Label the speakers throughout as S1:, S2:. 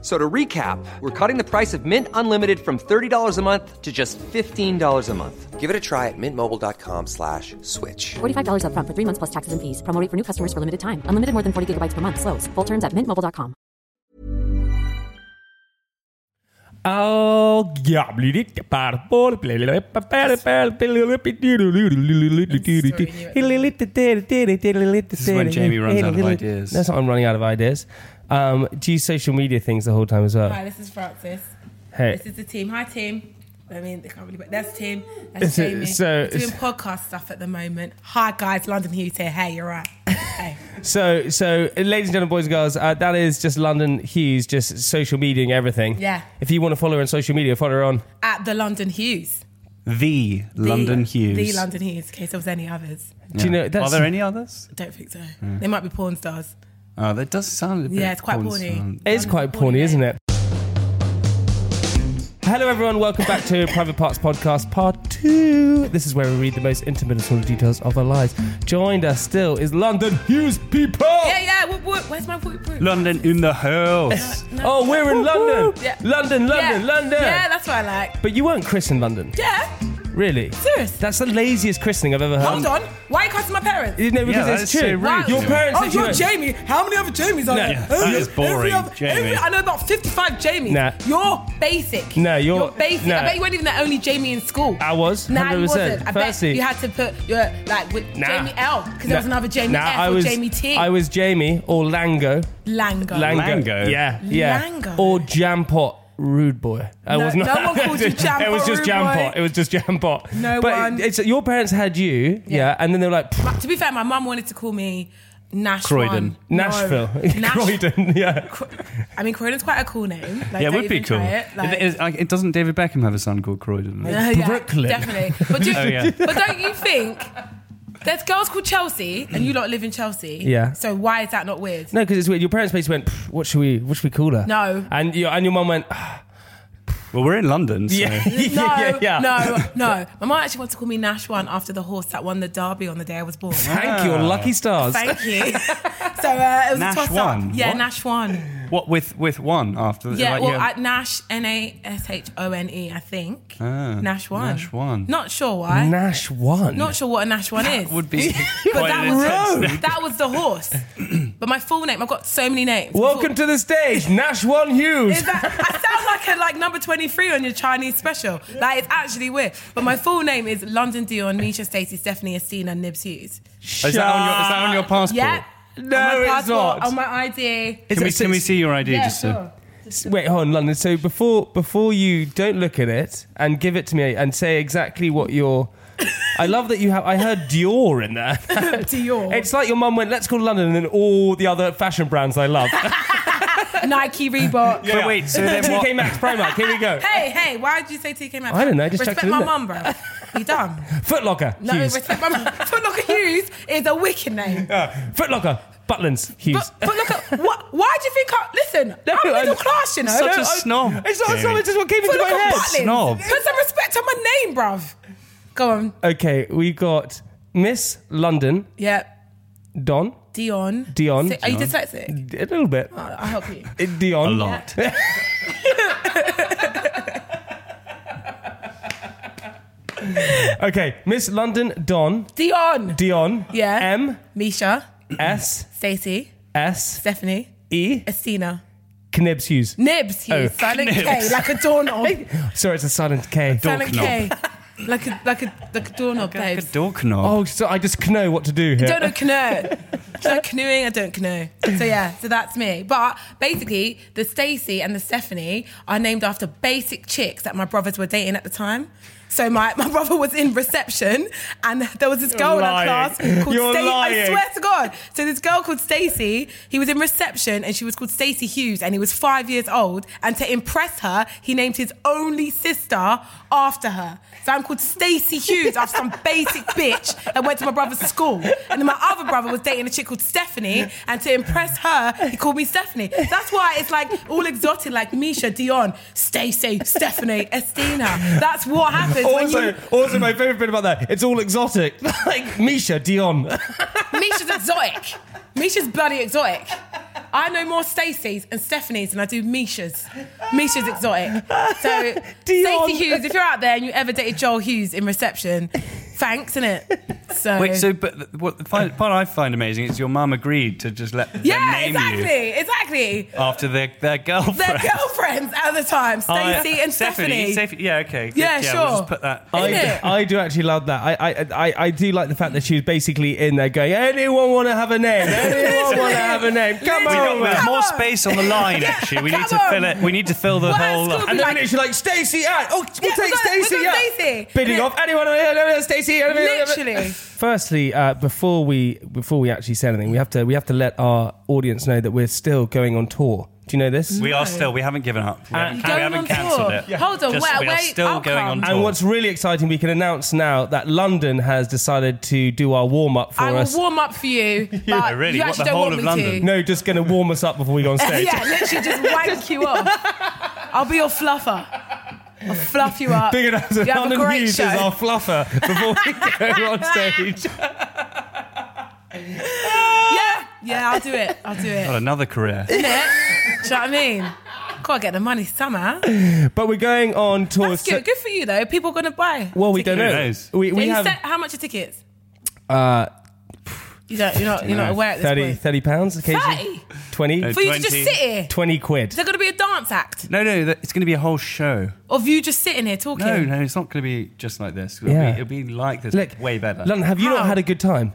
S1: So to recap, we're cutting the price of Mint Unlimited from $30 a month to just $15 a month. Give it a try at mintmobile.com slash switch.
S2: $45 upfront for three months plus taxes and fees. Promo rate for new customers for limited time. Unlimited more than 40 gigabytes per month. Slows. Full terms at mintmobile.com.
S3: I'll gobble it about ball. This
S4: is when Jamie runs out of ideas.
S3: That's not I'm running out of ideas. Um, do you social media things the whole time as well?
S5: Hi, this is Francis.
S3: Hey.
S5: This is the team. Hi, team. I mean, they can't really, but that's team.
S3: Is
S5: That's
S3: it-
S5: Jamie.
S3: so-
S5: doing
S3: is-
S5: podcast stuff at the moment. Hi, guys. London Hughes here. Hey, you're right. Hey.
S3: So, so, ladies and gentlemen, boys and girls, uh, that is just London Hughes, just social mediaing everything.
S5: Yeah.
S3: If you want to follow her on social media, follow her on.
S5: At the London Hughes.
S4: The
S5: The-
S4: London Hughes.
S5: The London Hughes, in case there was any others.
S3: Do you know?
S4: Are there any others?
S5: I don't think so. They might be porn stars.
S4: Oh, that does sound a bit.
S5: Yeah, it's quite porny.
S4: sound.
S3: It is quite porny, isn't it? Hello, everyone. Welcome back to Private Parts Podcast Part 2. This is where we read the most intimate and small details of our lives. Joined us still is London Hughes people.
S5: Yeah, yeah. Whoop, whoop. Where's my whoop, whoop?
S4: London in the house.
S3: Oh, we're in London.
S5: Yeah.
S3: London, London,
S5: yeah.
S3: London.
S5: Yeah, that's what I like.
S3: But you weren't Chris in London.
S5: Yeah.
S3: Really?
S5: Serious.
S3: That's the laziest christening I've ever heard.
S5: Hold on. Why are you cussing my parents?
S3: You know, because
S4: that
S3: it's
S4: is so
S3: true.
S4: rude. Wow.
S3: Your parents
S5: Oh,
S3: actually
S5: you're
S3: went-
S5: Jamie. How many other Jamies are there?
S3: Yeah,
S4: that is boring,
S5: Every other,
S4: Jamie.
S5: every- I know about 55 Jamies.
S3: Nah.
S5: You're basic.
S3: No, you're- Ah,
S5: basic.
S3: no.
S5: I bet you weren't even the only Jamie in school.
S3: I was,
S5: Nah, you
S3: 100%.
S5: wasn't. I
S3: Firstly-
S5: bet you had to put your, like, with
S3: Nah.
S5: Jamie L, because there was
S3: Nah.
S5: another Jamie
S3: Nah,
S5: F
S3: I
S5: or
S3: was,
S5: Jamie T.
S3: I was Jamie or Lango.
S5: Lango.
S3: Lango.
S4: Lango?
S3: Yeah, yeah.
S5: Lango.
S3: Or Jampot Rude Boy. I
S5: No-
S3: was not.
S5: no one called you
S3: It was
S5: Jampot
S3: just
S5: Rude
S3: Jampot.
S5: Boy.
S3: It was just Jampot.
S5: No
S3: but
S5: one.
S3: It's, your parents had you, yeah, and then they were like, "Pff,
S5: To be fair, my mum wanted to call me Nash.
S4: Croydon.
S5: One. No.
S3: Nashville,
S5: Nash-
S3: Croydon, yeah.
S5: Cro- I mean, Croydon's quite a cool name. Like,
S4: yeah, it
S5: don't
S4: would be
S5: even
S4: cool.
S5: try It. Like,
S4: it, is- like, it doesn't David Beckham have a son called Croydon?
S5: Uh, yeah,
S3: Brooklyn.
S5: Definitely. But, do,
S4: Oh, yeah.
S5: but don't you think there's girls called Chelsea and you lot live in Chelsea?
S3: Yeah.
S5: So why is that not weird?
S3: No, because it's weird. Your parents basically went, "Pff, "What should we? What should we call her?"
S5: No.
S3: and your and your mum went,
S4: Well, we're in London, so.
S3: "Yeah,
S4: Yeah.
S5: No,
S3: yeah, yeah."
S5: no, no. My mom actually wanted to call me Nash One after the horse that won the derby on the day I was born.
S3: Thank you, lucky stars.
S5: Thank you. So uh, it was
S4: Nash
S5: a toss
S4: One?
S5: up. Yeah,
S4: What?
S5: Nash One.
S4: What with with one after?
S5: Yeah,
S4: like,
S5: well, I- Nash N A S H O N E, I think. Nash One.
S4: Ah, Nash One.
S5: Not sure why.
S3: Nash won.
S5: Not sure what a Nash One is.
S4: would be.
S5: But
S4: quite
S5: that
S4: an intense
S5: was,
S4: name.
S5: that was the horse. but my full name, I've got so many names.
S3: Welcome to the stage, Nash One Hughes.
S5: Is that, I sound like a like number 23 on your Chinese special. Like, it's actually weird. But my full name is London Dion, Misha Stacey, Stephanie Estina, Nibs Hughes.
S4: Is that on your is that on your passport?
S5: Yeah?
S3: No,
S5: on my
S3: it's
S5: passport,
S3: not.
S5: On my ID.
S4: Can we, can we see your ID
S5: Yeah,
S4: just so?
S5: sure.
S3: Wait, hold on, London. So before before you don't look at it and give it to me and say exactly what your. I love that you have. I heard Dior in there.
S5: Dior.
S3: It's like your mum went, "Let's call London," and then all the other fashion brands I love.
S5: Nike, Reebok.
S4: But wait, so then what?
S3: TK Maxx, Primark. Here we go.
S5: Hey, hey, why did you say TK Maxx?
S3: I don't know, I just
S5: respect
S3: chucked it in
S5: my
S3: there.
S5: mum, bro. You dumb.
S3: Footlocker.
S5: No,
S3: Hughes.
S5: respect my mum. Footlocker Hughes is a wicked name.
S3: Footlocker. Uh, Butlins. Hughes.
S5: But, but look, at, what, why do you think I. Listen, I'm middle class, you know.
S4: Such a
S5: I-
S4: snob.
S3: It's not a song.
S4: Jamie.
S3: It's just what came
S5: Put
S3: into my
S5: look at
S3: head.
S5: Butlins.
S4: Snob.
S5: Put some respect on my name, bruv. Go on.
S3: Okay, we got Miss London
S5: Yeah.
S3: Don
S5: Dion.
S3: Dion.
S5: Si- Are you dyslexic?
S3: a little bit.
S5: Oh, I'll help you.
S3: Dion.
S4: A lot.
S3: Okay, Miss London Don
S5: Dion.
S3: Dion.
S5: Yeah.
S3: M
S5: Misha.
S3: S
S5: Stacey.
S3: S
S5: Stephanie.
S3: E
S5: Estina.
S3: Knibs Hughes.
S5: Nibs. Hughes.
S3: Oh,
S5: silent K.
S4: Nibs.
S5: Like a doorknob.
S3: Sorry, it's a silent K.
S5: silent
S4: Doorknob.
S5: K. Like a, like a, like a doorknob,
S4: Like a
S5: babes.
S4: door knob.
S3: Oh, so I just know what to do here.
S5: don't know canoe. So like canoeing, I don't canoe. So yeah, so that's me. But basically, the Stacey and the Stephanie are named after basic chicks that my brothers were dating at the time. So my, my brother was in reception and there was this girl in our
S3: lying.
S5: class called
S3: You're
S5: Stacey. I
S3: lying.
S5: swear to God. So this girl called Stacey, he was in reception and she was called Stacey Hughes and he was five years old. And to impress her, he named his only sister after her. So I'm called Stacey Hughes after some basic bitch that went to my brother's school. And then my other brother was dating a chick called Stephanie. And to impress her, he called me Stephanie. That's why it's like all exotic, like Misha, Dion, Stacey, Stephanie, Estina. That's what happens when
S3: Also,
S5: you
S3: also, my favorite bit about that, it's all exotic. like Misha, Dion.
S5: Misha's exotic. Misha's bloody exotic. I know more Stacey's and Stephanie's than I do Misha's. Misha's exotic. So,
S3: Dion.
S5: Stacey Hughes, if you're out there and you ever dated Joel Hughes in reception, thanks, innit? So,
S4: Wait, so but th- what the fi- part I find amazing is your mum agreed to just let them
S5: yeah,
S4: name you
S5: exactly, exactly.
S4: after their their girlfriend.
S5: They're girlfriends at the time,
S4: I-
S5: Stacey and Stephanie.
S4: Steph- yeah, okay. good,
S5: Yeah,
S4: We'll
S5: sure.
S4: just put that.
S5: Isn't
S3: I,
S5: it?
S3: I do actually love that. I, I, I, I do like the fact that she was basically in there going, anyone want to have a name? Anyone want to have a name? Come
S4: we
S3: on.
S4: got
S3: man."
S4: there's more
S5: on.
S4: space on the line. Actually, we
S5: come
S4: need to
S5: on.
S4: fill it. We need to fill the
S5: What else
S4: whole.
S5: could
S4: And
S5: we
S3: And
S4: then-
S3: then
S5: Like-
S3: it's like Stacey out. Oh, we'll
S5: Yeah,
S3: take
S5: we've got- we've
S3: Stacey
S5: got
S3: out.
S5: Stacey.
S3: Bidding
S5: Yeah.
S3: off anyone. uh, Stacey. uh,
S5: Literally.
S3: Firstly, uh, before we before we actually say anything, we have to we have to let our audience know that we're still going on tour. Do you know this?
S4: we are still. We haven't given up. We haven't,
S5: going
S4: we haven't
S5: on
S4: cancelled
S5: tour.
S4: it.
S5: Yeah. Uh, Hold on,
S4: Just-
S5: wait,
S4: we are
S5: wait,
S4: still
S5: I'll
S4: going
S5: come.
S4: on tour.
S3: and what's really exciting, we can announce now that London has decided to do our warm up for
S5: I will
S3: us.
S5: warm up for you, but
S4: Yeah, really,
S5: you
S4: what,
S5: actually
S4: the
S5: don't
S4: whole
S5: want
S4: of
S5: me
S4: London?
S5: to.
S3: no, just going to warm us up before we go on stage.
S5: yeah, literally just wank you off. I'll be your fluffer. I'll fluff you up.
S3: Big enough to
S5: you have a
S3: London
S5: great
S3: News
S5: show.
S3: is our fluffer before we go on stage.
S5: yeah, yeah, I'll do it. I'll do it.
S4: Got another career.
S5: Innit? do you know what I mean? Gotta get the money somehow.
S3: But we're going on tour.
S5: That's
S3: so-
S5: good. Good for you though. People gonna buy.
S3: well, we don't
S4: Who
S3: know.
S4: knows?
S3: We, we
S5: you
S3: have
S5: said- how much are tickets?
S3: uh,
S5: You don't. You're not. You're not aware at this
S3: 30,
S5: point.
S3: 30 pounds occasionally.
S5: Thirty.
S3: 20,
S5: For you to just
S4: 20.
S5: sit here. Is
S3: 20 quid.
S5: there gonna be a dance act
S4: No, no, that- it's going to be a whole show.
S5: of you just sitting here talking?
S4: No, no, it's not going to be just like this. It'll,
S3: Yeah.
S4: be, it'll be like this.
S3: Look,
S4: way better.
S3: London, have you
S5: How?
S3: not had a good time?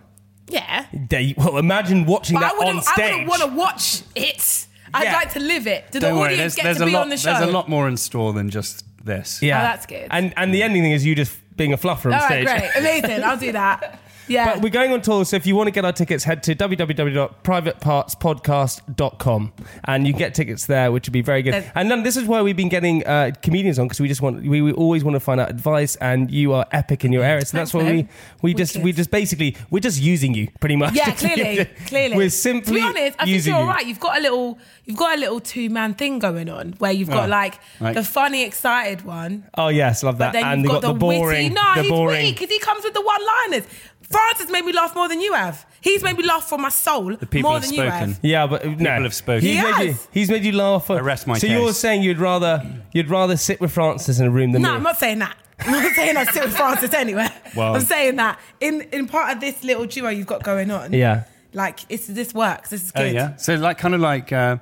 S5: Yeah.
S3: They, well, imagine watching
S5: But I
S3: that on
S5: wouldn't. I
S3: stage.
S5: wouldn't want to watch it. I'd
S3: Yeah.
S5: like to live it. Do the
S4: Don't worry.
S5: audience
S4: There's,
S5: get
S4: there's
S5: to
S4: a
S5: be
S4: lot.
S5: on the show?
S4: There's a lot more in store than just this.
S3: yeah,
S5: Oh, that's good.
S3: And and the ending thing is you just being a fluffer on
S5: All
S3: stage.
S5: right, great, amazing. I'll do that. Yeah.
S3: But we're going on tour, so if you want to get our tickets, head to www.privatepartspodcast.com and you can get tickets there, which would be very good.
S5: There's-
S3: and then this is why we've been getting uh, comedians on because we just want we, we always want to find out advice, and you are epic in your area, so that's
S5: Thanks,
S3: why
S5: Liv.
S3: we we just we
S5: Wicked.
S3: just basically we're just using you pretty much.
S5: yeah, clearly, clearly.
S3: We're simply
S5: to be honest. I think
S3: using
S5: you're all
S3: you.
S5: right. You've got a little, you've got a little two man thing going on where you've got
S4: Oh,
S5: like
S4: right.
S5: the funny, excited one,
S3: Oh yes, love that.
S5: but then
S3: and
S5: you've
S3: they
S5: got, the,
S3: boring,
S5: witty. No,
S3: the
S5: he's
S3: boring.
S5: because he comes with the one liners. Francis made me laugh more than you have. He's made me laugh from my soul
S4: people
S5: more
S4: have
S5: than you
S4: spoken.
S5: have.
S3: Yeah, but people no.
S4: have spoken.
S3: He's,
S5: He
S3: made you,
S5: has.
S3: he's made you laugh.
S4: I rest my
S3: so you're
S4: case.
S3: saying you'd rather you'd rather sit with Francis in a room than
S5: No,
S3: me?
S5: I'm not saying that. I'm not saying I sit with Francis anywhere.
S4: Well-
S5: I'm saying that in in part of this little duo you've got going on.
S3: Yeah.
S5: Like it's this works. This is
S4: Oh
S5: good.
S4: yeah. So like kind of like uh,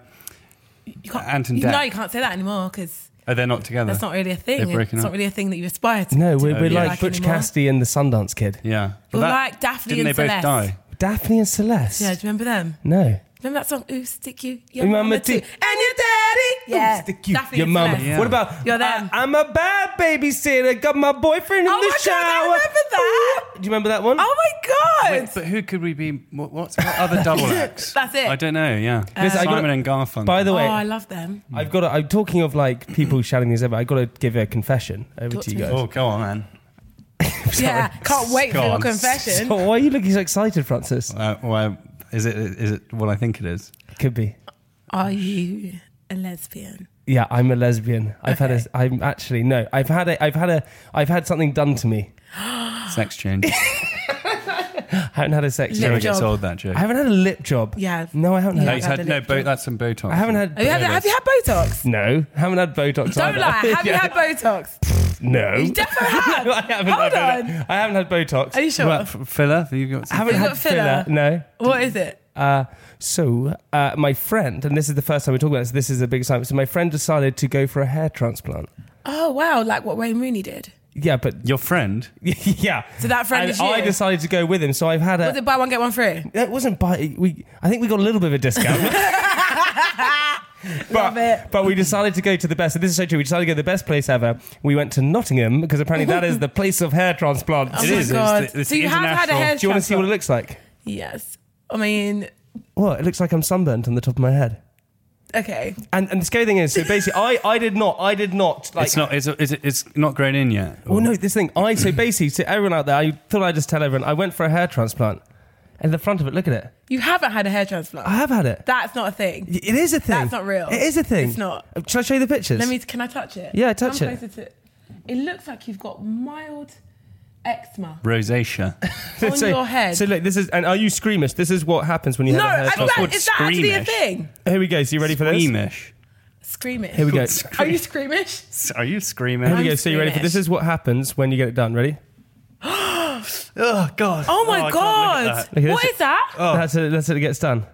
S5: You can't,
S4: Ant and
S5: you know
S4: Dec.
S5: you can't say that anymore because
S4: oh, they're not together.
S5: that's not really a thing.
S4: They're
S5: It's
S4: breaking
S5: not
S4: up.
S5: really a thing that you aspire to.
S3: No, we're,
S4: Oh,
S3: we're
S4: yeah.
S3: like
S5: Like
S3: Butch
S5: anymore.
S3: Cassidy and the Sundance Kid.
S4: Yeah.
S5: You're like Daphne
S4: Didn't
S5: and
S4: they
S5: Celeste.
S4: both die?
S3: Daphne and Celeste.
S5: Yeah, do you remember them?
S3: No.
S5: Remember that song? Ooh, stick you, your
S3: Remember
S5: mama
S3: to-
S5: too, and your daddy. Yeah,
S3: Ooh, stick you,
S5: Daphne
S3: your
S5: and
S3: mama.
S5: Celeste.
S4: Yeah.
S3: What about
S5: You're them.
S3: I, am a bad babysitter. Got my boyfriend in
S5: Oh
S3: the
S5: my
S3: shower.
S5: god, I remember that.
S3: Do you remember that one?
S5: Oh my god.
S4: Wait, but who could we be? What, what's what other double acts?
S5: That's it. Uh,
S4: I don't know. Yeah.
S3: Listen, I
S4: Simon
S3: gotta-
S4: and Garfunkel.
S3: By the
S5: oh,
S3: way,
S5: I love them.
S3: I've got. To, I'm talking of like people shouting these over. I've got to give a confession over
S5: Talk
S3: to
S5: to
S3: you
S5: me.
S3: guys.
S4: oh, go on, man.
S5: Yeah, can't wait
S4: Go
S5: for your
S4: on.
S5: confession.
S3: So Oh, why are you looking so excited, Francis?
S4: Uh, well, is it is it what I think it is?
S3: Could be.
S5: Are you a lesbian?
S3: Yeah, I'm a lesbian. I've had
S5: Okay.
S3: a. I'm actually no. I've had a. I've had a. I've had something done to me.
S4: Sex change.
S3: I haven't had a sex.
S5: Lip
S4: Never
S3: change.
S5: job.
S4: gets old that joke.
S3: I haven't had a lip job.
S5: Yeah.
S3: No, I haven't had.
S5: Yeah.
S4: no,
S5: I've
S4: he's
S5: had
S4: had,
S5: the
S4: no
S5: lip
S4: bo-
S5: job.
S4: that's some Botox.
S3: I haven't had.
S5: Have you, had, have you had Botox?
S3: No, haven't had Botox.
S5: Don't
S3: either.
S5: lie. Have you
S3: Yeah.
S5: had Botox?
S3: No.
S5: You definitely have.
S3: No, I haven't
S5: Hold
S3: had
S5: on.
S3: Botox. I haven't had Botox.
S5: Are you sure?
S4: What, f- filler? Have you got
S3: I
S4: some-
S3: haven't
S5: You've
S3: had
S5: got filler?
S3: filler. No.
S5: what is it?
S3: Uh, so uh, my friend, and this is the first time we're talking about this. This is a big excitement. So my friend decided to go for a hair transplant.
S5: Oh wow, like what Wayne Rooney did.
S3: Yeah, but
S4: your friend?
S3: yeah.
S5: So that friend
S3: and
S5: is you?
S3: I decided to go with him. So I've had a.
S5: Was it buy one get one free?
S3: It wasn't by we. I think we got a little bit of a discount. But,
S5: Love it.
S3: but we decided to go to the best. This is so true. We decided to go to the best place ever. We went to Nottingham because apparently that is the place of hair transplants.
S5: Oh
S4: It
S5: my
S4: is, it's
S5: God.
S4: the- it's
S5: so
S4: the
S5: you have had a
S4: international-
S5: hair
S3: Do you want to see what it
S5: transplant?
S3: looks like?
S5: Yes. I mean,
S3: Well, it looks like I'm sunburnt on the top of my head.
S5: okay.
S3: And, and the scary thing is, so basically, I, I did not, I did not. Like,
S4: it's not. It's, it's it's not grown in yet.
S3: Well, no, this thing. I so basically, to everyone out there, I thought I'd just tell everyone I went for a hair transplant. And the front of it, look at it.
S5: You haven't had a hair transplant.
S3: I have had it.
S5: That's not a thing.
S3: It is a thing.
S5: That's not real.
S3: It is a thing.
S5: It's not.
S3: Uh, Shall I show you the pictures?
S5: Let me. Can I touch it?
S3: Yeah, touch
S5: Come
S3: it.
S5: Closer to, it looks like you've got mild eczema
S4: Rosacea.
S5: on
S3: so,
S5: your head.
S3: So look, this is. And are you screamish? This is what happens when you
S5: no,
S3: have a hair
S5: I mean,
S3: transplant.
S5: that,
S4: called
S5: is that actually a
S4: screamish.
S5: thing?
S3: Here we go. So you ready for this?
S4: Squeamish.
S5: Scream it.
S3: Here we go.
S5: Are you squeamish?
S4: Are you
S3: Here we
S4: screaming?
S3: go. So you ready for
S5: Squeamish.
S3: this? Is what happens when you get it done. Ready?
S4: Oh God.
S5: Oh
S4: I
S5: my
S4: can't
S5: god!
S4: look at that.
S3: Look at
S5: what
S3: this.
S5: is that?
S4: Oh.
S3: That's it. That's it. It gets done.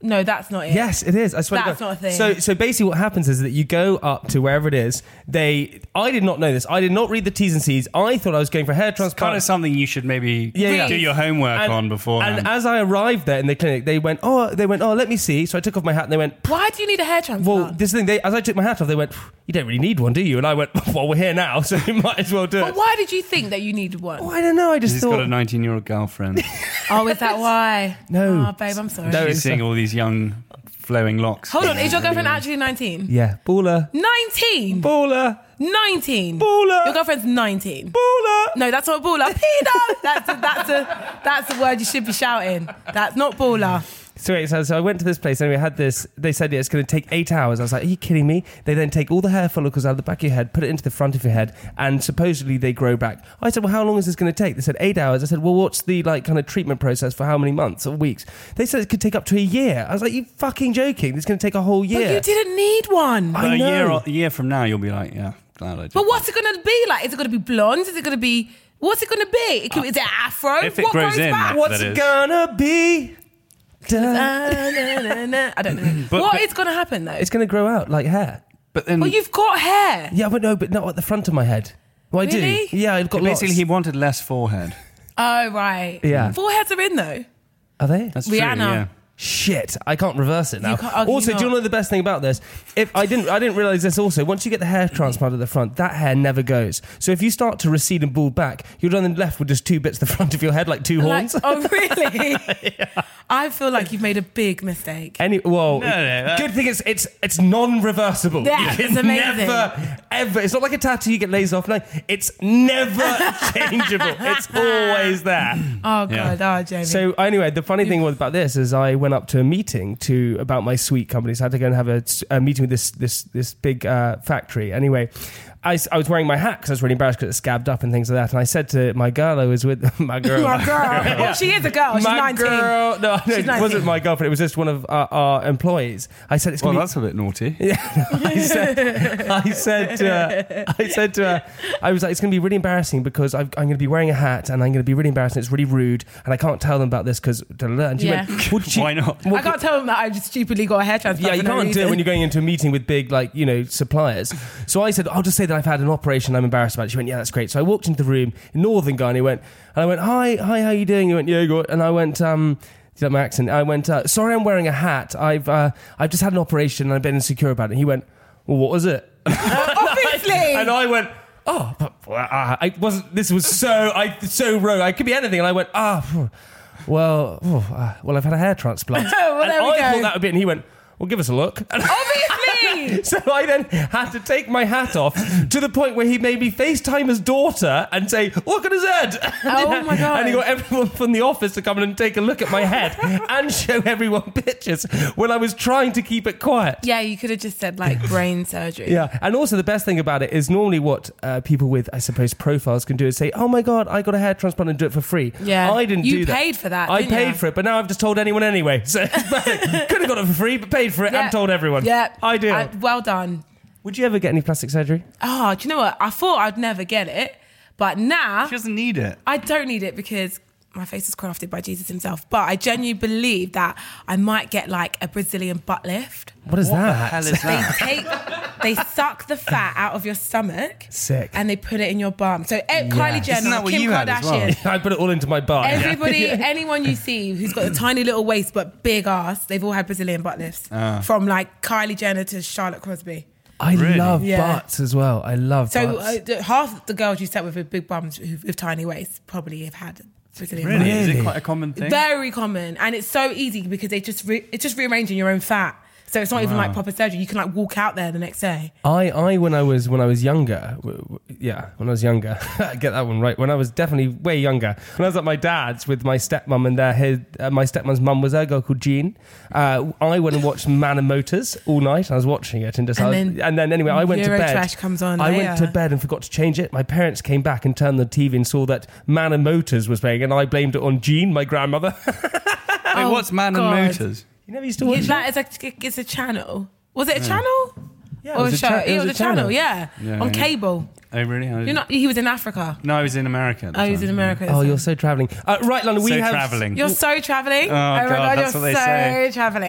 S5: No, that's not it.
S3: Yes, it is. I swear.
S5: That's
S3: to God.
S5: not a thing.
S3: So, so basically, what happens is that you go up to wherever it is. They, I did not know this. I did not read the T's and C's. I thought I was going for a hair
S4: It's kind
S3: transplant.
S4: of something you should maybe
S3: Yeah, yeah.
S4: do your homework
S3: And-
S4: on beforehand.
S3: And as I arrived there in the clinic, they went, "Oh, they went, oh, let me see." So I took off my hat and they went,
S5: Why do you need a hair transplant?
S3: "Well, this thing." They, as I took my hat off, they went, "You don't really need one, do you?" And I went, "Well, we're here now, so we might as well do
S5: but
S3: it."
S5: why did you think that you needed one?
S3: Oh, I don't know. I just
S4: He's
S3: thought
S4: got a 19 year old girlfriend.
S5: Oh, is that why?
S3: No.
S5: Oh, babe, I'm sorry.
S3: No,
S4: She's
S3: it's-
S4: seeing all these young flowing locks.
S5: Hold on, is your girlfriend actually 19?
S3: Yeah, baller,
S5: 19!
S3: baller,
S5: 19!
S3: Baller.
S5: Your girlfriend's 19.
S3: baller.
S5: No, that's not baller. Pedo! That's a, that's a that's the word you should be shouting. That's not baller.
S3: So, wait, so, so I went to this place and we had this. They said yeah, it's going to take eight hours. I was like, "Are you kidding me?" They then take all the hair follicles out of the back of your head, put it into the front of your head, and supposedly they grow back. I said, "Well, how long is this going to take?" They said eight hours. I said, "Well, what's the like kind of treatment process for how many months or weeks?" They said it could take up to a year. I was like, "You fucking joking? It's going to take a whole year."
S5: But you didn't need one.
S3: I
S4: But a
S3: know.
S4: year, a year from now, you'll be like, yeah, glad I did.
S5: But what's it gonna be like? Is it gonna be blonde? Is it gonna be what's it gonna be? It could, is it afro?
S4: if it
S5: what
S4: grows in,
S5: back?
S3: What's
S4: That
S3: it
S4: is-
S3: gonna be? Duh.
S5: Uh, I don't know. What is
S4: But- but-
S5: gonna happen though?
S3: It's going to grow out like hair.
S4: But then,
S5: Well, you've got hair.
S3: Yeah, but no, but not at the front of my head. Well, I
S5: Really?
S3: do. Yeah, I've got lots.
S4: basically, he wanted less forehead.
S5: Oh right.
S3: Yeah.
S5: Foreheads are in though.
S3: Are they?
S4: That's
S5: Rihanna.
S4: true. Yeah.
S3: shit i can't reverse it now
S5: can't- oh, can
S3: also
S5: you
S3: do you
S5: not?
S3: know the best thing about this if i didn't i didn't realize this also once you get the hair transplant at the front that hair never goes so if you start to recede and bald back you're then left with just two bits at the front of your head like two
S5: Like,
S3: horns
S5: oh really? I feel like you've made a big mistake.
S3: Any well,
S4: no, uh, that-
S3: good thing it's it's it's non-reversible.
S5: That
S3: You
S5: is
S3: can
S5: amazing.
S3: Never, ever. It's not like a tattoo you get lasered off. No, it's never changeable. It's always there.
S5: Oh
S4: Yeah.
S5: god, oh Jamie.
S3: So anyway, the funny thing was about this is I went up to a meeting to about my sweet company. So I had to go and have a, a meeting with this this this big uh, factory. Anyway, I, s- I was wearing my hat because I was really embarrassed because it scabbed up and things like that. And I said to my girl I was with my girl.
S5: my girl. Well, she is a girl. She's
S3: my
S5: 19.
S3: girl. No, no,
S5: She's
S3: it
S5: 19.
S3: wasn't my girlfriend. It was just one of our, our employees. I said it's
S4: Well,
S3: gonna be
S4: that's a bit naughty.
S3: I said, I said to her, I said to her, I was like, it's going to be really embarrassing because I've, I'm going to be wearing a hat and I'm going to be really embarrassed. And it's really rude, and I can't tell them about this because. And she
S5: Yeah.
S3: went, "Would you-
S4: Why not?
S5: I can't tell them that I just stupidly got a hair transplant.
S3: yeah, you
S5: for no
S3: can't do it
S5: reason.
S3: when you're going into a meeting with big, like, you know, suppliers. So I said, I'll just say that I've had an operation. I'm embarrassed about it. She went, yeah, that's great. So I walked into the room, northern guy, and he went, and I went, hi, hi, how you doing? He went, yeah, good. And I went, um, do you like my accent? I went, uh, sorry, I'm wearing a hat. I've, uh, I've just had an operation and I've been insecure about it. And he went, well, what was it?
S5: Obviously.
S3: and I went, oh, but, well, ah, I wasn't. This was so I so wrong. I could be anything. And I went, ah, phew, well, phew, ah, well, I've had a hair transplant.
S5: Well,
S3: and
S5: there we
S3: I
S5: go.
S3: thought that would be. And he went, well, give us a look. And
S5: Obviously.
S3: so I then had to take my hat off to the point where he made me FaceTime his daughter and say, look at his head.
S5: Oh my god.
S3: And he got everyone from the office to come in and take a look at my head and show everyone pictures when I was trying to keep it quiet.
S5: yeah, you could have just said like brain surgery.
S3: Yeah, and also the best thing about it is normally what uh, people with, I suppose, profiles can do is say, "Oh my god, I got a hair transplant and do it for free."
S5: Yeah.
S3: I didn't.
S5: You
S3: do
S5: paid for that,
S3: I
S5: didn't
S3: paid
S5: you?
S3: for it, but now I've just told anyone anyway. So could have got it for free, but paid for it
S5: Yeah.
S3: and told everyone.
S5: Yeah.
S3: I do.
S5: well done.
S3: Would you ever get any plastic surgery?
S5: Oh, do you know what? I thought I'd never get it, but now
S4: She doesn't need it.
S5: I don't need it because my face is crafted by Jesus himself. But I genuinely believe that I might get like a Brazilian butt lift.
S3: What is
S4: What the
S3: that?
S4: hell is
S5: They
S4: that?
S5: take they suck the fat out of your stomach.
S3: Sick.
S5: And they put it in your bum. So eh, Kylie Jenner,
S4: Isn't that what
S5: Kim
S4: you had
S5: Kardashian.
S4: as well?
S3: I put it all into my bar.
S5: Everybody, anyone you see who's got a tiny little waist but big ass, they've all had Brazilian butt lifts. From like Kylie Jenner to Charlotte Crosby.
S3: I
S4: Really?
S3: love
S5: Yeah.
S3: butts as well. I love
S5: So
S3: butts.
S5: uh, the- half the girls you sat with with big bums who, with tiny waists probably have had Brazilian
S4: Really?
S5: butt.
S4: Is
S3: Really?
S4: it quite a common thing?
S5: Very common, and it's so easy because they just re- it's just rearranging your own fat. So it's not even like proper surgery. You can like walk out there the next day.
S3: I, I when I was when I was younger, w- w- yeah, when I was younger, get that one right. When I was definitely way younger, when I was at my dad's with my stepmom and their his, uh, my stepmom's mum was a girl called Jean. Uh, I went and watched Man and Motors all night. and I was watching it and just
S5: And
S3: I-
S5: then
S3: and then anyway, I went to bed.
S5: Eurotrash comes on
S3: I
S5: later.
S3: went to bed and forgot to change it. My parents came back and turned the TV and saw that Man and Motors was playing, and I blamed it on Jean, my grandmother.
S4: Wait,
S5: Oh,
S4: what's Man
S5: God.
S4: and Motors?
S3: you never used to watch
S5: It's
S3: that.
S5: like it's a it's a channel. Was it a channel?
S3: Yeah,
S5: or a, show?
S3: cha-
S5: it, was a channel. Yeah,
S4: Yeah,
S5: on
S4: yeah.
S5: cable.
S4: Oh, really? I
S5: You're not. He was in Africa.
S4: No, I was in America. at the
S5: Oh, he was
S4: time.
S5: in America.
S3: Oh, you're so travelling. Uh, right, London. We
S4: So
S3: have
S4: travelling.
S5: You're so traveling.
S4: Oh, God, that's
S5: you're
S4: what they
S5: so
S4: say.
S5: traveling.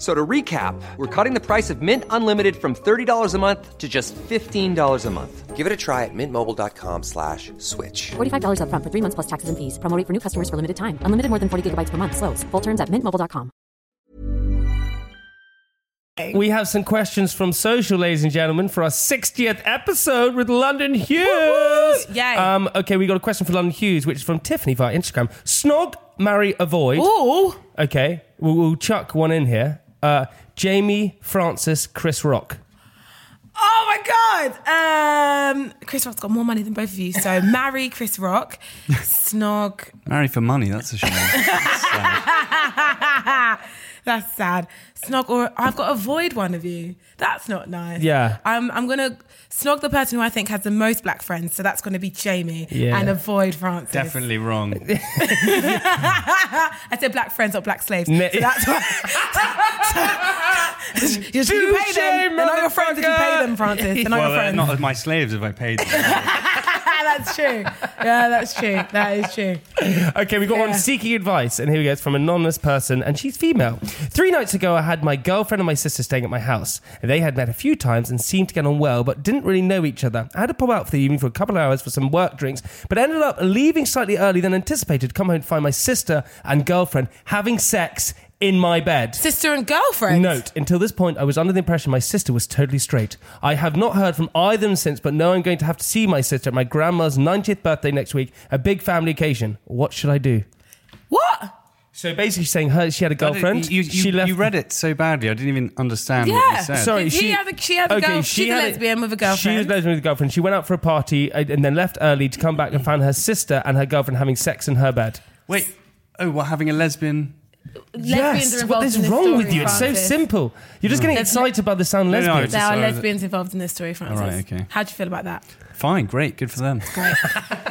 S1: So to recap, we're cutting the price of Mint Unlimited from $30 a month to just $15 a month. Give it a try at mintmobile.com slash switch.
S2: $45 upfront for three months plus taxes and fees. Promo rate for new customers for limited time. Unlimited more than 40 gigabytes per month. Slows. Full terms at mintmobile.com.
S3: We have some questions from social, ladies and gentlemen, for our 60th episode with London Hughes.
S5: Woo-woo! Yay.
S3: Um, okay, we got a question for London Hughes, which is from Tiffany via Instagram. Snog, marry, avoid.
S5: Ooh,
S3: Okay, we'll, we'll chuck one in here. Uh, Jamie, Francis, Chris Rock.
S5: oh my god. Um, Chris Rock's got more money than both of you. So marry Chris Rock. Snog.
S4: Marry for money, that's a shame. Sad.
S5: That's sad. Snog or I've got to avoid one of you. That's not nice.
S3: Yeah.
S5: I'm I'm gonna snog the person who I think has the most black friends. So that's gonna be Jamie.
S3: Yeah.
S5: And avoid Francis.
S4: Definitely wrong.
S5: I said black friends, not black slaves.
S3: Ne-
S5: so that's why. you, you pay
S3: Touche,
S5: them. They're not your friends if you pay them, Francis. They're not
S4: well,
S5: your
S4: they're
S5: friends.
S4: not my slaves if I paid them.
S5: that's true. Yeah, that's true. That is true.
S3: Okay, we got one
S5: Yeah.
S3: seeking advice, and here we go. It's from an anonymous person, and she's female. Three nights ago, I had my girlfriend and my sister staying at my house. They had met a few times and seemed to get on well, but didn't really know each other. I had to pop out for the evening for a couple of hours for some work drinks, but ended up leaving slightly early than anticipated. to Come home to find my sister and girlfriend having sex in my bed.
S5: Sister and girlfriend.
S3: Note, until this point, I was under the impression my sister was totally straight. I have not heard from either of them since, but know I'm going to have to see my sister at my grandma's 90th birthday next week, a big family occasion. What should I do?
S5: What?
S3: So basically, she's saying her she had a girlfriend.
S4: You, you-
S3: she left.
S4: you read it so badly, I didn't even understand what
S5: Yeah.
S4: you said.
S3: Sorry,
S5: Did he
S3: she
S5: have a- she had a girl- she's a
S3: had
S5: lesbian with a
S3: She was
S5: girlfriend.
S3: lesbian with a girlfriend. She went out for a party uh, and and then left early to come back and found her sister and her girlfriend having sex in her bed.
S4: Wait. Oh, what, having a lesbian?
S5: Lesbians
S3: yes,
S5: are
S3: what
S5: involved
S3: is
S5: in this
S3: wrong
S5: story,
S3: with you? It's so
S5: Francis. Mm.
S3: simple. You're just getting excited by the sound
S4: No, no,
S3: lesbian.
S4: it's
S5: There
S4: Just
S5: are
S4: so that-
S5: lesbians involved in this story, Francis.
S4: right, okay.
S5: How do you feel about that?
S4: Fine, great, good for them.
S5: Great.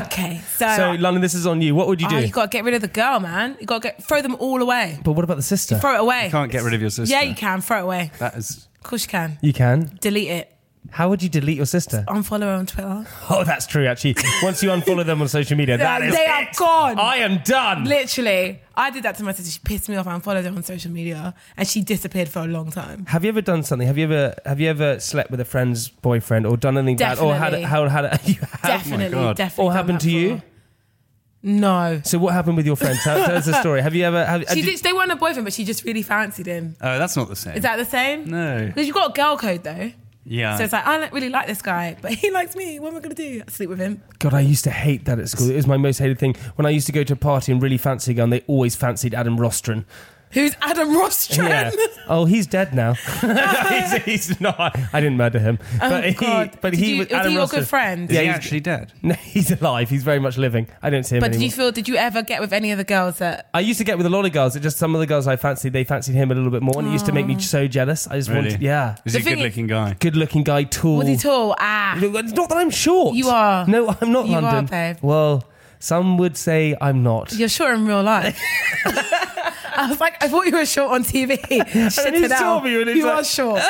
S5: okay. So,
S3: so, London, this is on you. What would you
S5: oh,
S3: do?
S5: you got to get rid of the girl, man. You got to get throw them all away.
S3: but what about the sister?
S5: Throw it away.
S4: You can't get rid of your sister.
S5: Yeah, you can. Throw it away.
S4: That is.
S5: Of course you can.
S3: You can.
S5: Delete it.
S3: How would you delete your sister?
S5: Unfollow her on Twitter.
S3: Oh, that's true. Actually, once you unfollow them on social media, that is
S5: they
S3: it.
S5: are gone.
S3: I am done.
S5: Literally, I did that to my sister. She pissed me off. I unfollowed her on social media, and she disappeared for a long time.
S3: Have you ever done something? Have you ever have you ever slept with a friend's boyfriend or done anything bad or had
S5: Definitely.
S3: how had you have
S5: definitely,
S4: Oh God.
S5: definitely.
S3: or
S5: done
S3: happened
S5: that
S3: to you?
S5: before. No.
S3: So what happened with your friend? Tell, tell us the story. Have you ever? Have,
S5: She
S3: did-
S5: did, they weren't a boyfriend, but she just really fancied him.
S4: Oh, that's not the same.
S5: Is that the same?
S4: No.
S5: Because you've got a girl code though.
S4: Yeah.
S5: So it's like, I don't really like this guy, but he likes me. What am I going to do? Sleep with him.
S3: God, I used to hate that at school. It was my most hated thing. When I used to go to a party and really fancy a girl, and they always fancied Adam Rostron.
S5: Who's Adam Rostron?
S3: Yeah. Oh, he's dead now. he's, he's not. I didn't murder him. but he,
S5: Oh, God.
S3: but
S5: Did
S3: he
S5: you-
S3: was
S5: was
S3: Adam
S5: he your good
S3: Rostron-
S5: friend?
S4: is
S3: Yeah,
S4: he
S3: he's-
S4: actually dead?
S3: No, he's alive. He's very much living. I don't see him
S5: But did
S3: anymore.
S5: you feel, did you ever get with any of the girls that,
S3: I used to get with a lot of girls. It just some of the girls I fancied, they fancied him a little bit more, and it used to make
S5: Ah.
S3: me so jealous. I just
S4: Really?
S3: wanted, yeah,
S4: Is
S5: The
S4: he a
S5: thing
S4: good looking guy?
S3: good looking guy, tall.
S5: was he tall? Ah.
S3: Look, it's Not that I'm short.
S5: You are.
S3: No, I'm not.
S5: You are,
S3: London.
S5: babe.
S3: Well, some would say I'm not.
S5: You're sure in real life. I was like, I thought you were short on TV. Shit
S3: he
S5: it out.
S3: saw me and he's
S5: you
S3: like-
S5: are short.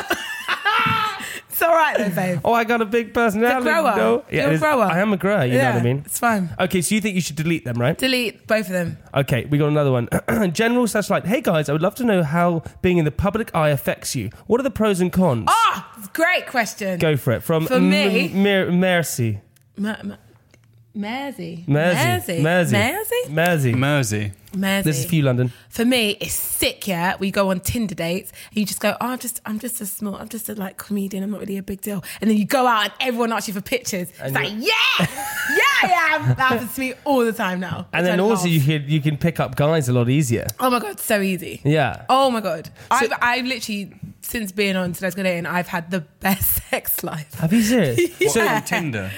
S5: it's all right though, babe.
S3: Oh, I got a big personality.
S5: grower.
S3: though.
S5: You're a
S3: it is-
S5: grower.
S3: I am a grower. You know
S5: yeah,
S3: what I mean?
S5: It's fine.
S3: Okay, so you think you should delete them, right?
S5: Delete both of them.
S3: Okay, we got another one. General slash like, hey guys, I would love to know how being in the public eye affects you. What are the pros and cons?
S5: Ah, great question.
S3: Go for it. From
S5: For me-
S3: Mer- Mercy.
S5: Ma- ma- Mersey.
S3: Mersey.
S5: Mersey.
S3: Mersey.
S5: Mersey.
S3: Mersey.
S4: Mersey.
S5: Mersey.
S3: This is for you, London.
S5: For me, it's sick. Yeah, we go on Tinder dates, and you just go, "Oh, I'm just, I'm just a small, I'm just a like comedian. I'm not really a big deal." And then you go out, and everyone asks you for pictures.
S3: And
S5: it's like, yeah, yeah, yeah. That happens to me all the time now.
S3: And
S5: Which
S3: then
S5: I
S3: also
S5: love.
S3: you can you can pick up guys a lot easier.
S5: oh my god, so easy.
S3: Yeah.
S5: Oh my god, I've, I've literally since being on today's good dating, I've had the best sex life.
S3: Have you serious?
S5: Yeah.
S4: On Tinder.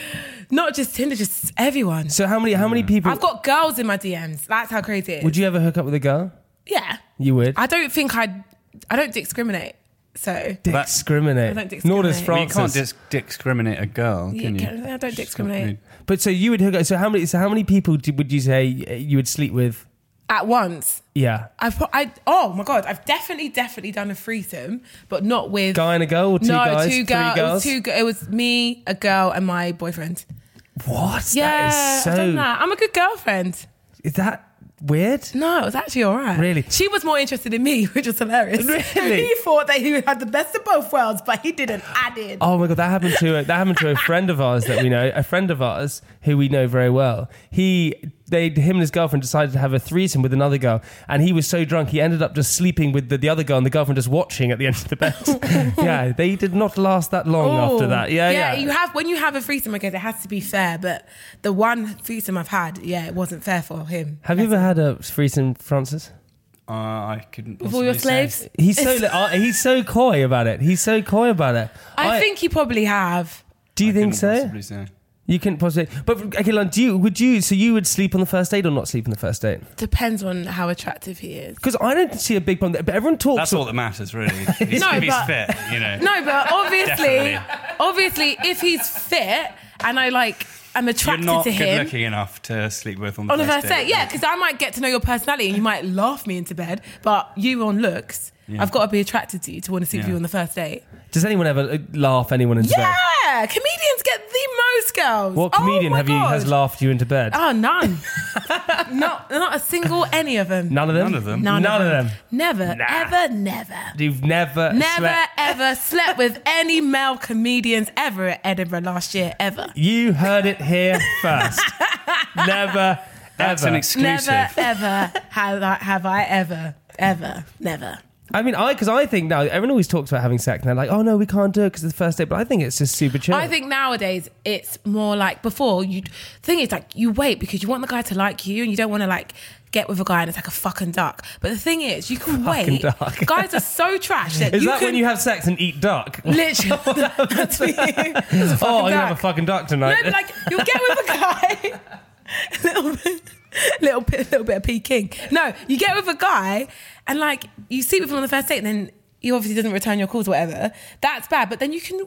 S5: Not just Tinder, just everyone.
S3: So how many how many people
S5: I've got girls in my DMs. That's how crazy it is.
S3: would you ever hook up with a girl?
S5: yeah.
S3: You would.
S5: I don't think I'd. I don't discriminate. So
S4: But-
S3: discriminate.
S5: I don't
S3: Nor does
S5: discriminate.
S4: Well, you
S3: Francis.
S4: can't dis- discriminate a girl,
S5: Yeah,
S4: can you?
S5: can- I don't discriminate.
S3: but so you would hook up. So how many? So how many people do, would you say uh, you would sleep with?
S5: at once,
S3: Yeah,
S5: I've. pro- I oh my god, I've definitely, definitely done a threesome, but not with
S3: guy and a girl, or two
S5: no
S3: guys,
S5: two
S3: three
S5: girls. It
S3: girls.
S5: was two. g- It was me, a girl, and my boyfriend.
S3: What?
S5: Yeah,
S3: that is so.
S5: I've done that. I'm a good girlfriend.
S3: Is that weird?
S5: No, it was actually all right.
S3: Really?
S5: She was more interested in me, which was hilarious.
S3: Really?
S5: he thought that he had the best of both worlds, but he didn't. I did.
S3: Oh my god, that happened to a, that happened to a friend of ours that we know, a friend of ours who we know very well. He, they, him and his girlfriend decided to have a threesome with another girl, and he was so drunk he ended up just sleeping with the, the other girl, and the girlfriend just watching at the end of the bed. yeah, they did not last that long after
S5: Ooh.
S3: that. Yeah, yeah.
S5: Oh. You have when you have a threesome, I guess it has to be fair. But the one threesome I've had, yeah, it wasn't fair for him.
S3: have you ever had a threesome, Francis?
S4: Uh, I couldn't.
S5: With all your
S4: possibly say.
S5: slaves,
S3: He's so li- uh, he's so coy about it. He's so coy about it.
S5: I, think you probably have.
S3: Do you think
S4: Couldn't
S3: so?
S4: possibly say.
S3: You couldn't possibly. But okay, Lon, do you? Would you? So you would sleep on the first date or not sleep on the first date?
S5: Depends on how attractive he is.
S3: Because I don't see a big problem. there, But everyone talks.
S4: That's all that matters, really. He's,
S5: No,
S4: if he's
S5: but-
S4: fit, you know.
S5: No, but obviously,
S4: Definitely.
S5: obviously, if he's fit and I like, I'm
S4: You're
S5: attracted
S4: not
S5: to
S4: good
S5: him.
S4: looking enough to sleep with on the
S5: On the
S4: first
S5: first date, yeah, because I might get to know your personality and you might laugh me into bed, but you on looks, I've got to be attracted to you to want to sleep with
S4: Yeah.
S5: you on the first date.
S3: Does anyone ever uh, laugh anyone into bed?
S5: Yeah, comedians get the most girls.
S3: What
S5: Oh
S3: comedian
S5: my
S3: have you has
S5: God.
S3: laughed you into bed?
S5: Oh, none. not not a single any of them.
S3: None of them.
S4: None of them.
S5: None,
S3: None of them.
S5: Never,
S3: Nah.
S5: ever, never.
S3: You've never.
S5: Never
S3: slept-
S5: ever slept with any male comedians ever at Edinburgh last year, ever.
S3: You heard it here first. never.
S4: That's
S3: ever.
S4: an exclusive.
S5: Never ever have I, have I ever, ever, never.
S3: I mean, I because I think now everyone always talks about having sex and they're like, oh no, we can't do it because it's the first date. But I think it's just super chill.
S5: I think nowadays it's more like before. You thing is like you wait because you want the guy to like you, and you don't want to like get with a guy and it's like a fucking duck. But the thing is, you can
S3: Fucking
S5: wait.
S3: duck.
S5: Guys are so trash that
S3: Is
S5: you
S3: that
S5: can
S3: when you have sex and eat duck?
S5: literally. that's me. It's a fucking
S3: oh, I'm gonna have a
S5: duck.
S3: fucking duck tonight.
S5: No, but like you'll get with a guy. little bit, little bit, little bit of Peking. No, you get with a guy, and like you sleep with him on the first date, and then he obviously doesn't return your calls, or whatever. That's bad. But then you can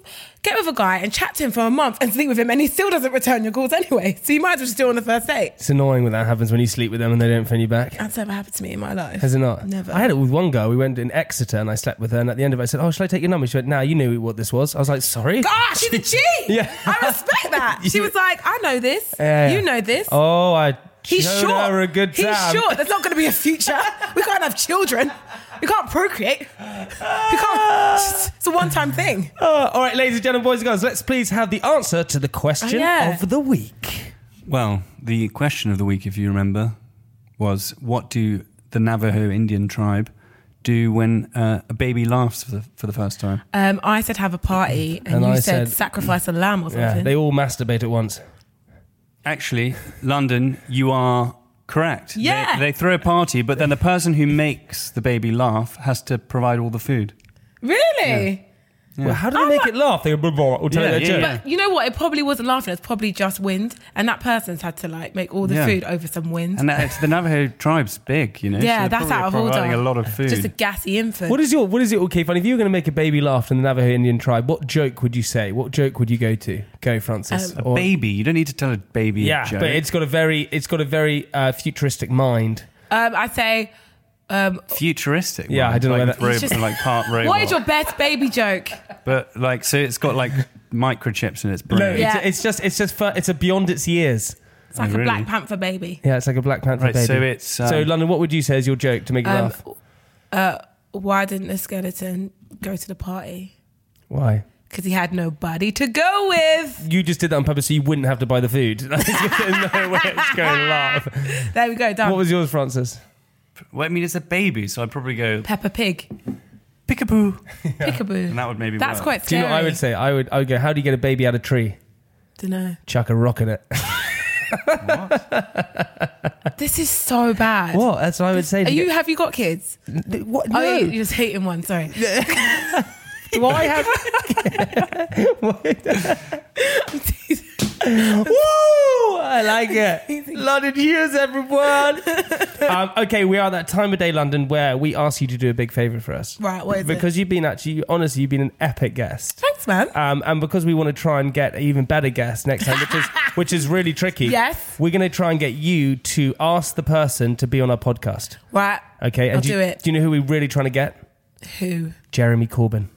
S5: get with a guy and chat to him for a month and sleep with him, and he still doesn't return your calls anyway. So you might as well just do it on the first date.
S3: It's annoying when that happens when you sleep with them and they don't phone you back.
S5: That's never happened to me in my life.
S3: Has it not?
S5: Never.
S3: I had it with one girl. We went in Exeter and I slept with her. And at the end of it, I said, Oh, shall I take your number? She went, Now you knew what this was. I was like, Sorry.
S5: Ah, she's a G.
S3: Yeah.
S5: I respect that. She was like, I know this.
S3: Yeah.
S5: You know this.
S3: Oh, I.
S5: He's
S3: showed
S5: short.
S3: Her a good
S5: He's
S3: time.
S5: short. There's not going to be a future. We can't have children. We can't procreate. We can't. It's a one-time thing.
S3: Uh, all right, ladies and gentlemen, boys and girls, let's please have the answer to the question
S5: Oh, yeah.
S3: of the week.
S4: Well, the question of the week, if you remember, was what do the Navajo Indian tribe do when uh, a baby laughs for the, for the first time?
S5: Um, I said have a party, and,
S3: And
S5: you
S3: I said-
S5: said, sacrifice a lamb or
S3: Yeah,
S5: something.
S3: they all masturbate at once.
S4: Actually, London, you are correct. They-
S5: Yeah.
S4: They, throw a party, but then the person who makes the baby laugh has to provide all the food.
S5: really?
S3: Well, how do they make it laugh? They go, "Blah, blah," or tell
S4: Yeah,
S3: their
S4: yeah,
S3: joke.
S4: yeah.
S5: You know what? It probably wasn't laughing. It's probably just wind, and that person's had to like make all the
S4: Yeah.
S5: food over some wind.
S4: And that, the Navajo tribe's big, you know. so
S5: yeah,
S4: they're
S5: that's
S4: probably
S5: out of order.
S4: providing a lot of food.
S5: Just a gassy infant.
S3: What is your what is it okay fun? If you were going to make a baby laugh in the Navajo Indian tribe, what joke would you say? What joke would you go to? Go,
S5: Um,
S3: Francis.
S4: A
S3: Or-
S4: baby. You don't need to tell a baby. a
S3: Yeah,
S4: joke.
S3: but it's got a very it's got a very uh, futuristic mind.
S5: um, I say. Um,
S4: Futuristic.
S3: Yeah,
S4: one,
S3: I don't know
S4: like
S3: whether-
S4: robot,
S5: It's just-
S4: like part robot.
S5: what is your best baby joke?
S4: But like, so it's got like microchips in its brain.
S3: No, it's,
S5: Yeah.
S3: it's just it's just for, it's a beyond its years.
S5: It's like
S4: Really?
S5: a Black Panther baby.
S3: Yeah, it's like a Black Panther
S4: Right,
S3: baby.
S4: so it's, um,
S3: so London. What would you say is your joke to make you
S5: Um,
S3: laugh?
S5: uh, why didn't the skeleton go to the party?
S3: Why?
S5: Because he had nobody to go with.
S3: You just did that on purpose, so you wouldn't have to buy the food. There's no way it's going to laugh.
S5: There we go. Done.
S3: What was yours, Francis?
S4: Well, I mean, it's a baby, so I'd probably go
S5: Peppa Pig?
S4: peekaboo.
S5: Peekaboo.
S4: And that would maybe
S5: That's
S4: work.
S5: quite
S3: Do
S5: scary.
S3: you know what I would say? I would I would go. How do you get a baby out of tree?
S5: Dunno.
S3: Chuck a rock in it.
S5: This is so bad.
S3: What? That's what I would say.
S5: Are
S3: to
S5: you?
S3: get-
S5: Have you got kids?
S3: What? No.
S5: Oh, you- you're just hating one. Sorry.
S3: Do I have? Woo! I like it. London Hughes, everyone. um, okay, we are that time of day, London, where we ask you to do a big favour for us.
S5: Right, what is it?
S3: because you've been actually, honestly, you've been an epic guest.
S5: Thanks, man.
S3: Um, and because we want to try and get an even better guest next time, which is which is really tricky.
S5: Yes.
S3: we're going to try and get you to ask the person to be on our podcast.
S5: Right.
S3: Okay, and
S5: I'll
S3: do, you-
S5: do it.
S3: Do you know who we're really trying to get?
S5: Who?
S3: Jeremy Corbyn.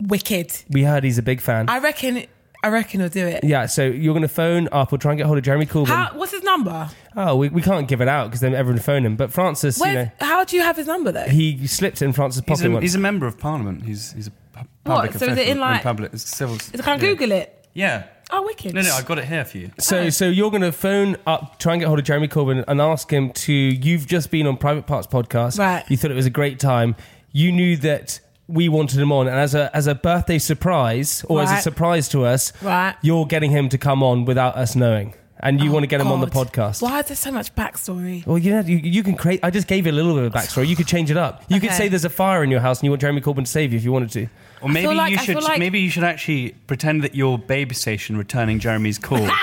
S5: Wicked.
S3: We heard he's a big fan.
S5: I reckon. I reckon I'll do it.
S3: yeah, so you're going to phone up. We'll try and get hold of Jeremy Corbyn.
S5: How? What's his number?
S3: Oh, we, we can't give it out because then everyone would phone him. But Francis,
S5: Where's,
S3: you know,
S5: How do you have his number though?
S3: he slipped in Francis'
S4: He's
S3: pocket
S4: a,
S3: once.
S4: he's a member of parliament. He's he's a pu- public
S5: What, so is
S4: official.
S5: it in, like-
S4: public? It's civil.
S5: Can I Google it?
S4: Yeah.
S5: Oh, wicked.
S4: No, no, I've got it here for you.
S3: so so you're going to phone up, try and get hold of Jeremy Corbyn and ask him to. You've just been on Private Parts podcast.
S5: Right.
S3: You thought it was a great time. You knew that we wanted him on, and as a as a birthday surprise or as a
S5: Right.
S3: surprise to us,
S5: Right. Oh,
S3: You're getting him to come on without us knowing, and you want to get him on the
S5: God.
S3: podcast.
S5: Why is there so much backstory?
S3: Well, you know, you, you can create. I just gave you a little bit of backstory. You could change it up. You could
S5: Okay.
S3: say there's a fire in your house and you want Jeremy Corbyn to save you if you wanted to.
S4: Or maybe
S5: like-
S4: you
S5: I feel
S4: should
S5: like-
S4: maybe you should actually pretend that you're baby station returning Jeremy's call.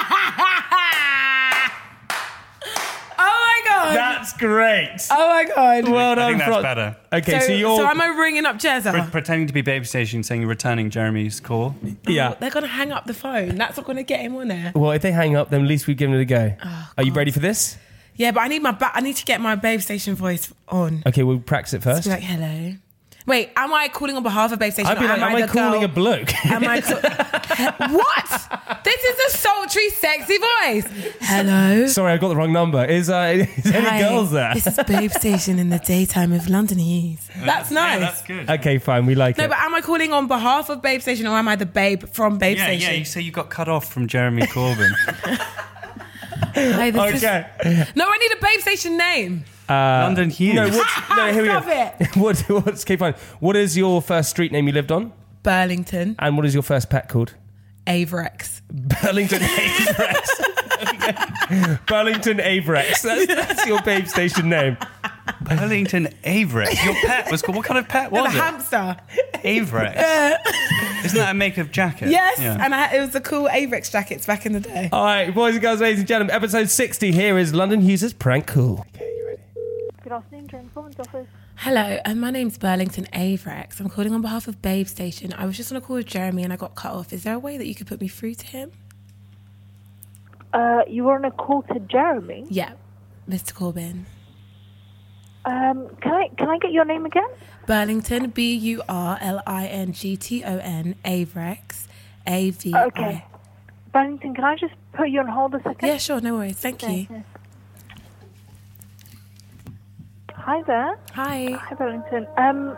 S5: Oh my god.
S3: That's great.
S5: oh my god.
S3: Well
S4: I
S3: done,
S4: think that's
S3: Fran-
S4: better.
S3: Okay, so, you're.
S5: so am I ringing up Jezza?
S4: pretending to be baby station saying you're returning Jeremy's call.
S3: yeah.
S5: Oh, They're gonna hang up the phone. That's not gonna get him on there.
S3: Well, if they hang up, then at least we've given it a go.
S5: Oh,
S3: Are you ready for this?
S5: Yeah, but I need my ba- I need to get my Babe Station voice on.
S3: Okay, we'll practice it first.
S5: Be like, hello. Wait, am I calling on behalf of Babe Station?
S3: I'd be
S5: or
S3: like, am I
S5: the
S3: calling
S5: girl-
S3: a bloke?
S5: Am I ca- what? This is a sultry, sexy voice. Hello.
S3: Sorry, I got the wrong number. Is, uh, is any
S5: Hi,
S3: girls there?
S5: This is Babe Station in the daytime of London Heath. That's nice.
S4: good.
S3: okay, fine, we like
S5: no,
S3: it.
S5: but am I calling on behalf of Babe Station or am I the babe from Babe
S4: yeah, yeah.
S5: Station?
S4: You say you got cut off from Jeremy Corbyn.
S5: Hi, this is-
S3: okay.
S5: no, I need a Babe Station name.
S4: London Hughes.
S3: No, what's, no, here we go.
S5: Stop
S3: What, what's, okay, fine. What is your first street name you lived on?
S5: Burlington,
S3: And what is your first pet called?
S5: Averex.
S3: Burlington Averex. Okay. Burlington Averex. That's, that's your babe station name.
S4: Burlington Averick. Your pet was called. What kind of pet
S5: The
S4: was it?
S5: hamster.
S4: Averick. Isn't that a make of jacket?
S5: Yes,
S4: Yeah.
S5: and I, it was the cool Averex jackets back in the day.
S3: All right, boys and girls, ladies and gentlemen, episode 60 here is London Hughes' prank call. Okay, you ready?
S6: Good afternoon, Jeremy Corbyn's office.
S5: Hello, and my name's Burlington Averex. I'm calling on behalf of Babe Station. I was just on a call with Jeremy and I got cut off. Is there a way that you could put me through to him?
S6: Uh, you were on a call to Jeremy.
S5: Yeah, Mr. Corbin.
S6: Um, can I can I get your name again?
S5: Burlington, B U R L I N G T O N, Averex, A V I.
S6: Okay. Burlington, can I just put you on hold a second?
S5: Yeah, sure, no worries. Thank you.
S6: Hi there.
S5: Hi.
S6: Hi, Burlington. Um,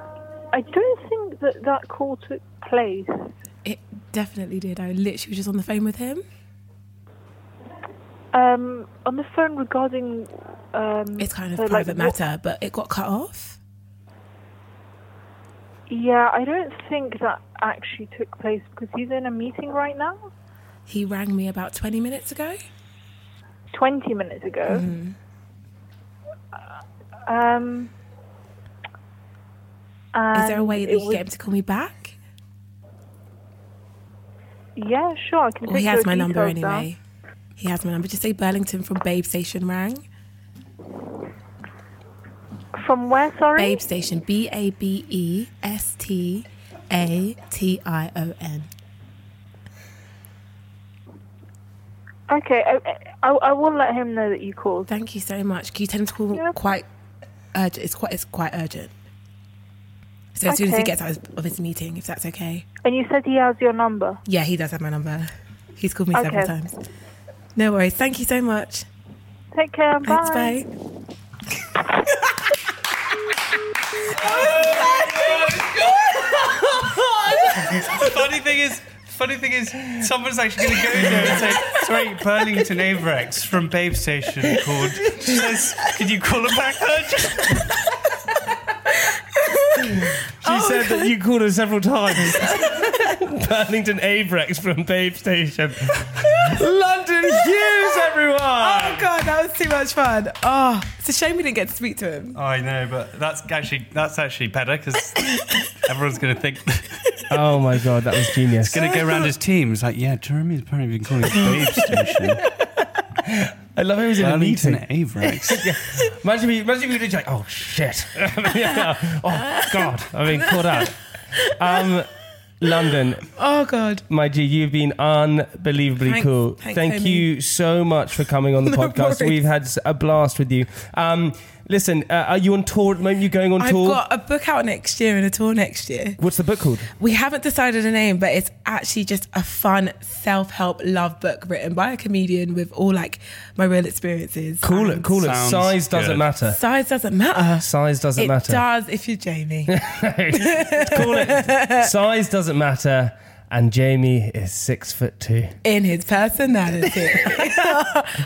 S6: I don't think that that call took place.
S5: It definitely did. I literally was just on the phone with him.
S6: Um, on the phone regarding. Um,
S5: It's kind of
S6: so, like,
S5: private
S6: what-
S5: matter, but it got cut off.
S6: Yeah, I don't think that actually took place because he's in a meeting right now.
S5: He rang me about 20 minutes ago.
S6: Twenty minutes ago.
S5: Mm-hmm.
S6: Um.
S5: Is there a way that
S6: it
S5: you could
S6: was-
S5: get him to call me back?
S6: Yeah, sure. I can
S5: Well,
S6: take
S5: he has
S6: your
S5: my number
S6: details down.
S5: anyway. He has my number. Just say Burlington from Babe Station rang.
S6: From where, sorry?
S5: Babe Station, B A B E S T A T I O N.
S6: Okay, I, I, I will let him know that you called.
S5: Thank you so much. Can you tell him to call
S6: Yeah.
S5: quite urgent. It's quite it's quite urgent. So as soon as he
S6: Okay.
S5: gets out of his meeting, if that's okay.
S6: And you said he has your number.
S5: Yeah, he does have my number. He's called me several
S6: Okay.
S5: times. No worries. Thank you so much.
S6: Take care. Bye.
S5: Thanks, bye.
S4: funny thing is, funny thing is, someone's actually going to go in there and say, "Sorry, Burlington Avrex from Babe Station called. She says, can you call her back urgent?"
S3: She said that you called her several times. Burlington Abrex from Babe Station. London Hughes, everyone!
S5: Oh god, that was too much fun. Oh, it's a shame we didn't get to speak to him.
S4: I know, but that's actually that's actually better because everyone's going to think
S3: Oh my god, that was genius.
S4: going to go around his team. It's like, yeah, Jeremy's apparently been calling Babe Station
S3: I love it was in a
S4: Burlington
S3: meeting.
S4: Avrex.
S3: Imagine if imagine if you did like, oh shit. Yeah. Oh god, I mean, caught out. Um, London,
S5: Oh god.
S3: my G, you've been unbelievably
S5: Thanks-
S3: cool.
S5: thanks,
S3: Thank
S5: homie.
S3: you so much for coming on the
S5: No
S3: podcast.
S5: worries.
S3: We've had a blast with you. Um, listen, uh, are you on tour at the moment? You going on
S5: I've
S3: tour?
S5: got Um, a book out next year and a tour next year.
S3: What's the book called?
S5: We haven't decided a name, but it's actually just a fun self help love book written by a comedian with all like my real experiences.
S3: Cool it,
S5: And
S3: cool it.
S4: Sounds
S3: Size doesn't
S4: good.
S3: matter.
S5: Size doesn't matter.
S3: Size doesn't
S5: it
S3: matter.
S5: does if you're Jamie.
S3: Call it. Size doesn't matter. And Jamie is six foot two.
S5: in his personality.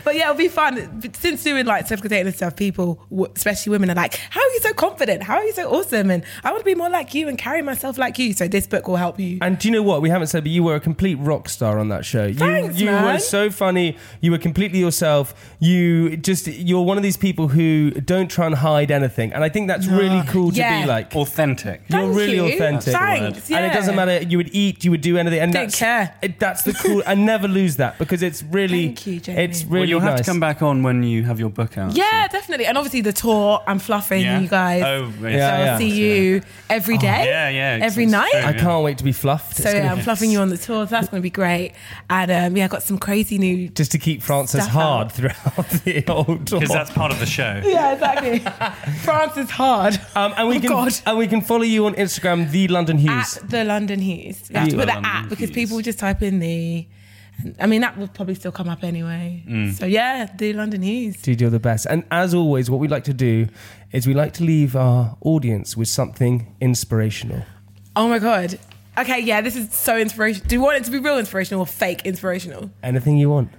S5: but yeah, it'll be fun. Since doing like self-contained and stuff, people, w- especially women, are like, "How are you so confident? How are you so awesome?" And I want to be more like you and carry myself like you. So this book will help you.
S3: And do you know what? We haven't said, but you were a complete rock star on that show.
S5: Thanks,
S3: you you were
S5: man.
S3: so funny. You were completely yourself. You just you're one of these people who don't try and hide anything. And I think that's really cool to
S5: Yeah.
S3: be like.
S4: Authentic.
S3: You're
S5: Thank
S3: really
S5: you.
S3: authentic.
S5: Thanks,
S3: And it
S5: yeah.
S3: doesn't matter. You would eat. You would do anything. And
S5: Don't
S3: that's,
S5: care.
S3: It, that's the cool. and never lose that because it's really.
S5: Thank you, Jamie.
S3: It's really
S4: Well, you'll have
S3: nice.
S4: to come back on when you have your book out.
S5: yeah, definitely. And obviously the tour. I'm fluffing
S4: Yeah.
S5: you guys.
S4: Oh,
S5: so
S4: yeah.
S5: I'll
S3: Yeah,
S5: see
S4: yeah.
S5: you every day.
S4: yeah, yeah, it's-
S5: Every
S4: it's
S5: night.
S4: true.
S3: I can't wait to be fluffed.
S5: So um,
S3: It's gonna
S5: yeah, I'm
S3: be-
S5: fluffing you on the tour. So that's going to be great. And um, yeah, I got some crazy new.
S3: just to keep Francis
S5: Stuff
S3: hard
S5: out.
S3: throughout the whole tour.
S4: Because that's part of the show.
S5: Yeah, exactly. France is hard.
S3: Um, and we
S5: Oh,
S3: can
S5: God.
S3: and we can follow you on Instagram, the London Hughes.
S5: At the London Hughes. You have to
S3: Yeah.
S5: put the
S4: London
S5: at because
S4: Hughes.
S5: people just type in the. I mean, that will probably still come up anyway. So yeah, the London Hughes.
S3: Dude, you're the best. And as always, what we like to do is we like to leave our audience with something inspirational.
S5: Oh my god. Okay, yeah, this is so inspirational. Do you want it to be real inspirational or fake inspirational?
S3: Anything you want.